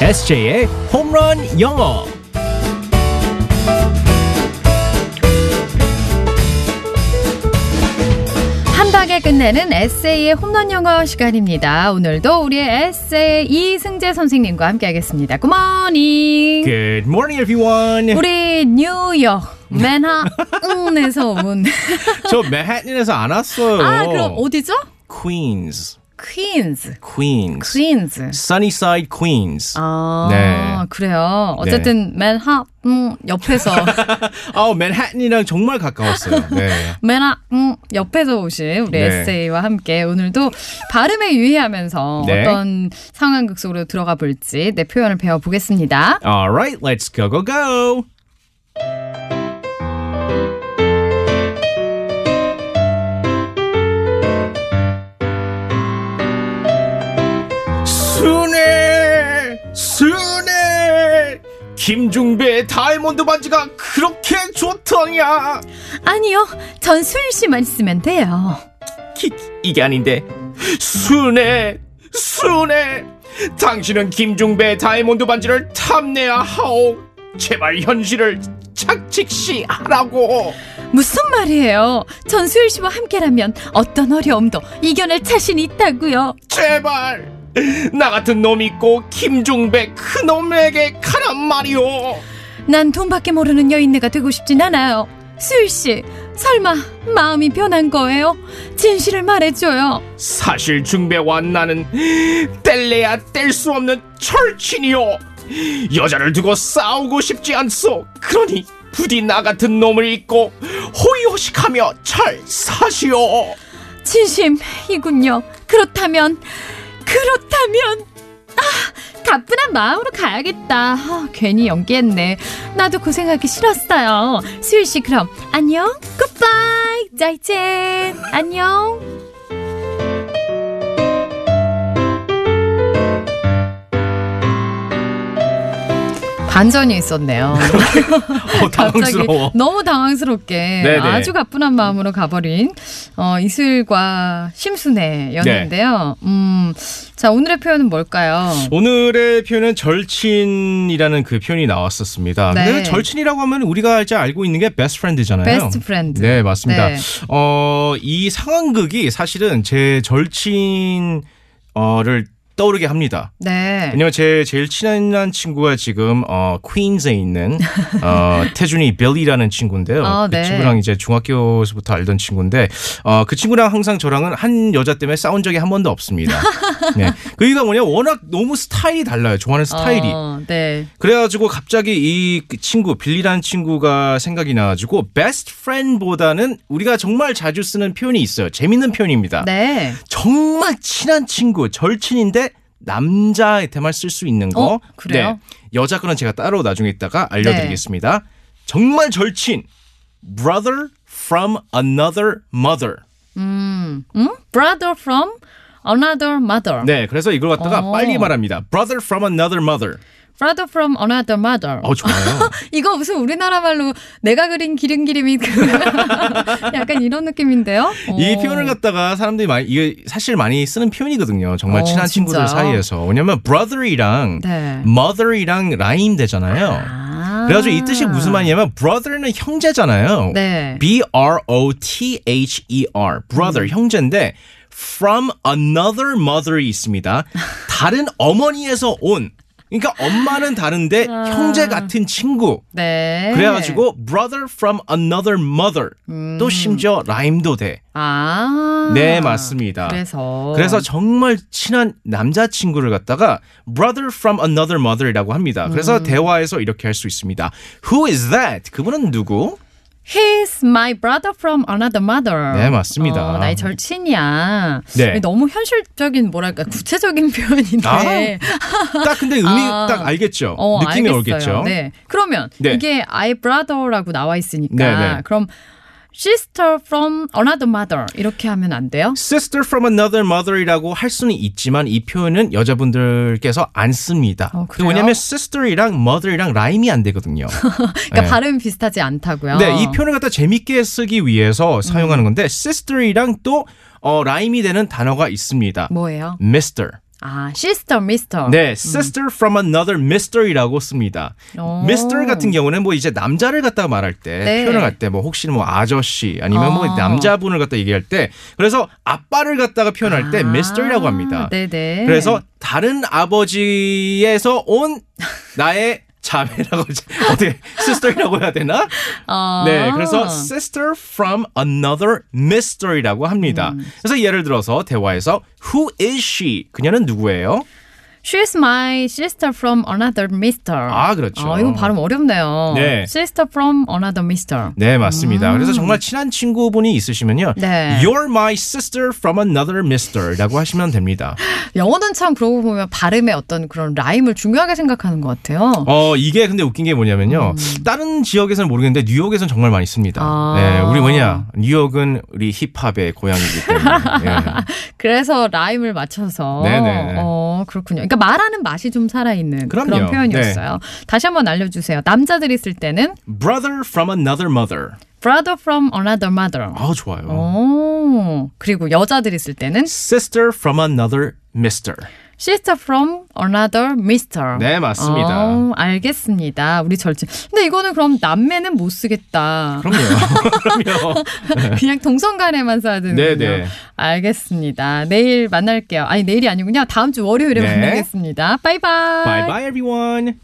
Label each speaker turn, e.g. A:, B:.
A: SJ의 홈런 영어.
B: 한 방에 끝내는 에세이의 홈런 영어 시간입니다. 오늘도 우리의 에세이 이승재 선생님과 함께하겠습니다. 굿모닝.
A: Good morning, everyone.
B: 우리 뉴욕 맨하튼에서 온.
A: 저 맨하튼에서 안 왔어요.
B: 아 그럼 어디죠?
A: Queens,
B: 퀸즈.
A: Queens,
B: 퀸즈.
A: Sunnyside, Queens.
B: 아
A: 네.
B: 그래요. 어쨌든 맨하튼 옆에서
A: 아, 맨하튼이랑 정말 가까웠어요. 네.
B: 맨하 튼 옆에서 오신 우리
A: 네.
B: 에세이와 함께 오늘도 발음에 유의하면서
A: 네.
B: 어떤 상황극 속으로 들어가 볼지 내 표현을 배워보겠습니다.
A: All right, let's go, go, go. 순해, 순해. 김중배의 다이몬드 반지가 그렇게 좋더냐?
B: 아니요, 전 수일 씨만 있으면 돼요.
A: 키, 이게 아닌데 순해 순해 당신은 김중배 다이몬드 반지를 탐내야 하오 제발 현실을 착직시하라고
B: 무슨 말이에요? 전 수일 씨와 함께라면 어떤 어려움도 이겨낼 자신이 있다고요.
A: 제발 나 같은 놈 있고 김중배 큰 놈에게 가란 말이오
B: 난 돈밖에 모르는 여인네가 되고 싶진 않아요. 수일 씨, 설마 마음이 변한 거예요? 진실을 말해줘요.
A: 사실 중배와 나는 뗄래야 뗄 수 없는 철친이요 여자를 두고 싸우고 싶지 않소 그러니 부디 나 같은 놈을 잊고 호의호식하며 잘 사시오
B: 진심이군요. 그렇다면, 그렇다면, 아, 가뿐한 마음으로 가야겠다. 아, 괜히 연기했네. 나도 고생하기 싫었어요. 수일 씨, 그럼 안녕, 굿바이, 자이젠, 안녕. 반전이 있었네요.
A: 어, 당황스러워
B: 갑자기 너무 당황스럽게
A: 네네.
B: 아주 가뿐한 마음으로 가버린 어, 이슬과 심순애였는데요.
A: 네.
B: 음, 자 오늘의 표현은 뭘까요?
A: 오늘의 표현은 절친이라는 그 표현이 나왔었습니다.
B: 네.
A: 근데 절친이라고 하면 우리가 이제 알고 있는 게 베스트 프렌드잖아요.
B: 베스트 프렌드.
A: 네, 맞습니다.
B: 네.
A: 어, 이 상황극이 사실은 제 절친 어를 떠오르게 합니다.
B: 네.
A: 왜냐면 제 제일 친한 친구가 지금 어 퀸즈에 있는 어 태준이 빌리라는 친구인데요.
B: 아,
A: 그
B: 네.
A: 친구랑 이제 중학교에서부터 알던 친구인데 어그 친구랑 항상 저랑은 한 여자 때문에 싸운 적이 한 번도 없습니다. 네. 그 이유가 뭐냐 워낙 너무 스타일이 달라요. 좋아하는 스타일이.
B: 어, 네.
A: 그래가지고 갑자기 이그 친구 빌리라는 친구가 생각이 나가지고 best friend보다는 우리가 정말 자주 쓰는 표현이 있어요. 재밌는 표현입니다.
B: 네.
A: 정말 친한 친구, 절친인데 남자한테만 쓸 수 있는 거. 네.
B: 어, 그래요?
A: 여자 거는 제가 따로 나중에 있다가 알려드리겠습니다.
B: 네.
A: 정말 절친, brother from another mother.
B: 음, 음? Brother from another mother.
A: 네, 그래서 이걸 갖다가
B: 어.
A: 빨리 말합니다. brother from another mother.
B: Brother from another mother.
A: 어, 좋아요.
B: 이거 무슨 우리나라 말로 내가 그린 기름 기름이 그 약간 이런 느낌인데요.
A: 이
B: 어.
A: 표현을 갖다가 사람들이 많이 이게 사실 많이 쓰는 표현이거든요. 정말
B: 어,
A: 친한 친구들
B: 진짜요?
A: 사이에서 왜냐면 brother이랑
B: 네.
A: mother이랑 라임 되잖아요.
B: 아.
A: 그래가지고 이 뜻이 무슨 말이냐면 brother는 형제잖아요.
B: 네. 음.
A: B R O T H E R brother 형제인데 from another mother이 있습니다. 다른 어머니에서 온 그러니까 엄마는 다른데 형제 같은 친구.
B: 아. 네. 음.
A: 그래가지고 brother from another mother 또 심지어 라임도 돼.
B: 아.
A: 네, 맞습니다.
B: 그래서.
A: 그래서 정말 친한 남자친구를 갖다가 brother from another mother이라고 합니다. 그래서
B: 음.
A: 대화에서 이렇게 할 수 있습니다. Who is that? 그분은 누구?
B: He's my brother from another mother.
A: 네, 맞습니다.
B: 어, 나의 절친이야.
A: 네.
B: 너무 현실적인 뭐랄까 구체적인 표현인데.
A: 딱 근데 의미
B: 아.
A: 딱 알겠죠?
B: 어,
A: 아, 느낌이
B: 알겠어요.
A: 오겠죠?
B: 네. 그러면
A: 네.
B: 이게 I brother라고 나와 있으니까
A: 네, 네.
B: 그럼 sister from another mother 이렇게 하면 안 돼요?
A: Sister from another mother이라고 할 수는 있지만 이 표현은 여자분들께서 안 씁니다.
B: 어,
A: 그
B: 그래요?
A: 왜냐면 sister이랑 mother이랑 라임이 안 되거든요.
B: 그러니까
A: 네.
B: 발음 비슷하지 않다고요.
A: 네, 이 표현을 갖다 재밌게 쓰기 위해서
B: 음.
A: 사용하는 건데 sister이랑 또 어, 라임이 되는 단어가 있습니다.
B: 뭐예요?
A: Mr.
B: 아, sister, mister.
A: 네, sister from another mister이라고 씁니다.
B: 오.
A: mister 같은 경우는 뭐 이제 남자를 갖다 말할 때
B: 어. 네.
A: 표현을 할 때 뭐 혹시 뭐 아저씨 아니면 뭐
B: 아.
A: 남자분을 갖다 얘기할 때 그래서 아빠를 갖다가 표현할 때
B: 아,
A: mister이라고 합니다.
B: 네네.
A: 그래서 다른 아버지에서 온 나의 자매라고 이제 어떻게 sister이라고 해야 되나?
B: 아.
A: 네, 그래서 sister from another mister이라고 합니다.
B: 음.
A: 그래서 예를 들어서 대화에서 who is she? 그녀는 누구예요?
B: she's my sister from another mister.
A: 아, 그렇죠.
B: 아, 이거 발음 어렵네요.
A: 네.
B: sister from another mister.
A: 네, 맞습니다. 그래서 정말 친한 친구분이 있으시면요.
B: 음. 네.
A: You're my sister from another mister 라고 하시면 됩니다.
B: 영어는 참 그러고 보면 발음의 어떤 그런 라임을 중요하게 생각하는 것 같아요.
A: 어, 이게 근데 웃긴 게 뭐냐면요. 다른 지역에서는 모르겠는데 뉴욕에서는 정말 많이 씁니다.
B: 음. 아.
A: 네, 우리 뭐냐. 뉴욕은 우리 힙합의 고향이기 때문에. 예.
B: 그래서 라임을 맞춰서
A: 네네.
B: 어 그렇군요. 그러니까 말하는 맛이 좀 살아있는 그
A: 그럼요. 네.
B: 런 표현이었어요. 다시 한번 알려주세요. 남자들이 쓸 때는
A: Brother from another mother.
B: brother from another mother.
A: 아, 좋아요.
B: 어. 오 그리고 여자들이 쓸 때는
A: Sister from another mister.
B: sister from another mister.
A: 네, 맞습니다.
B: 어, 알겠습니다. 우리 절친. 근데 이거는 그럼 남매는 못 쓰겠다.
A: 그럼요. 그럼요.
B: 그냥 동성간에만 써야 되는군요.
A: 네네.
B: 알겠습니다. 내일 만날게요. 아니 내일이 아니군요. 다음 주 월요일에
A: 네.
B: 만나겠습니다. 바이바이.
A: bye bye everyone.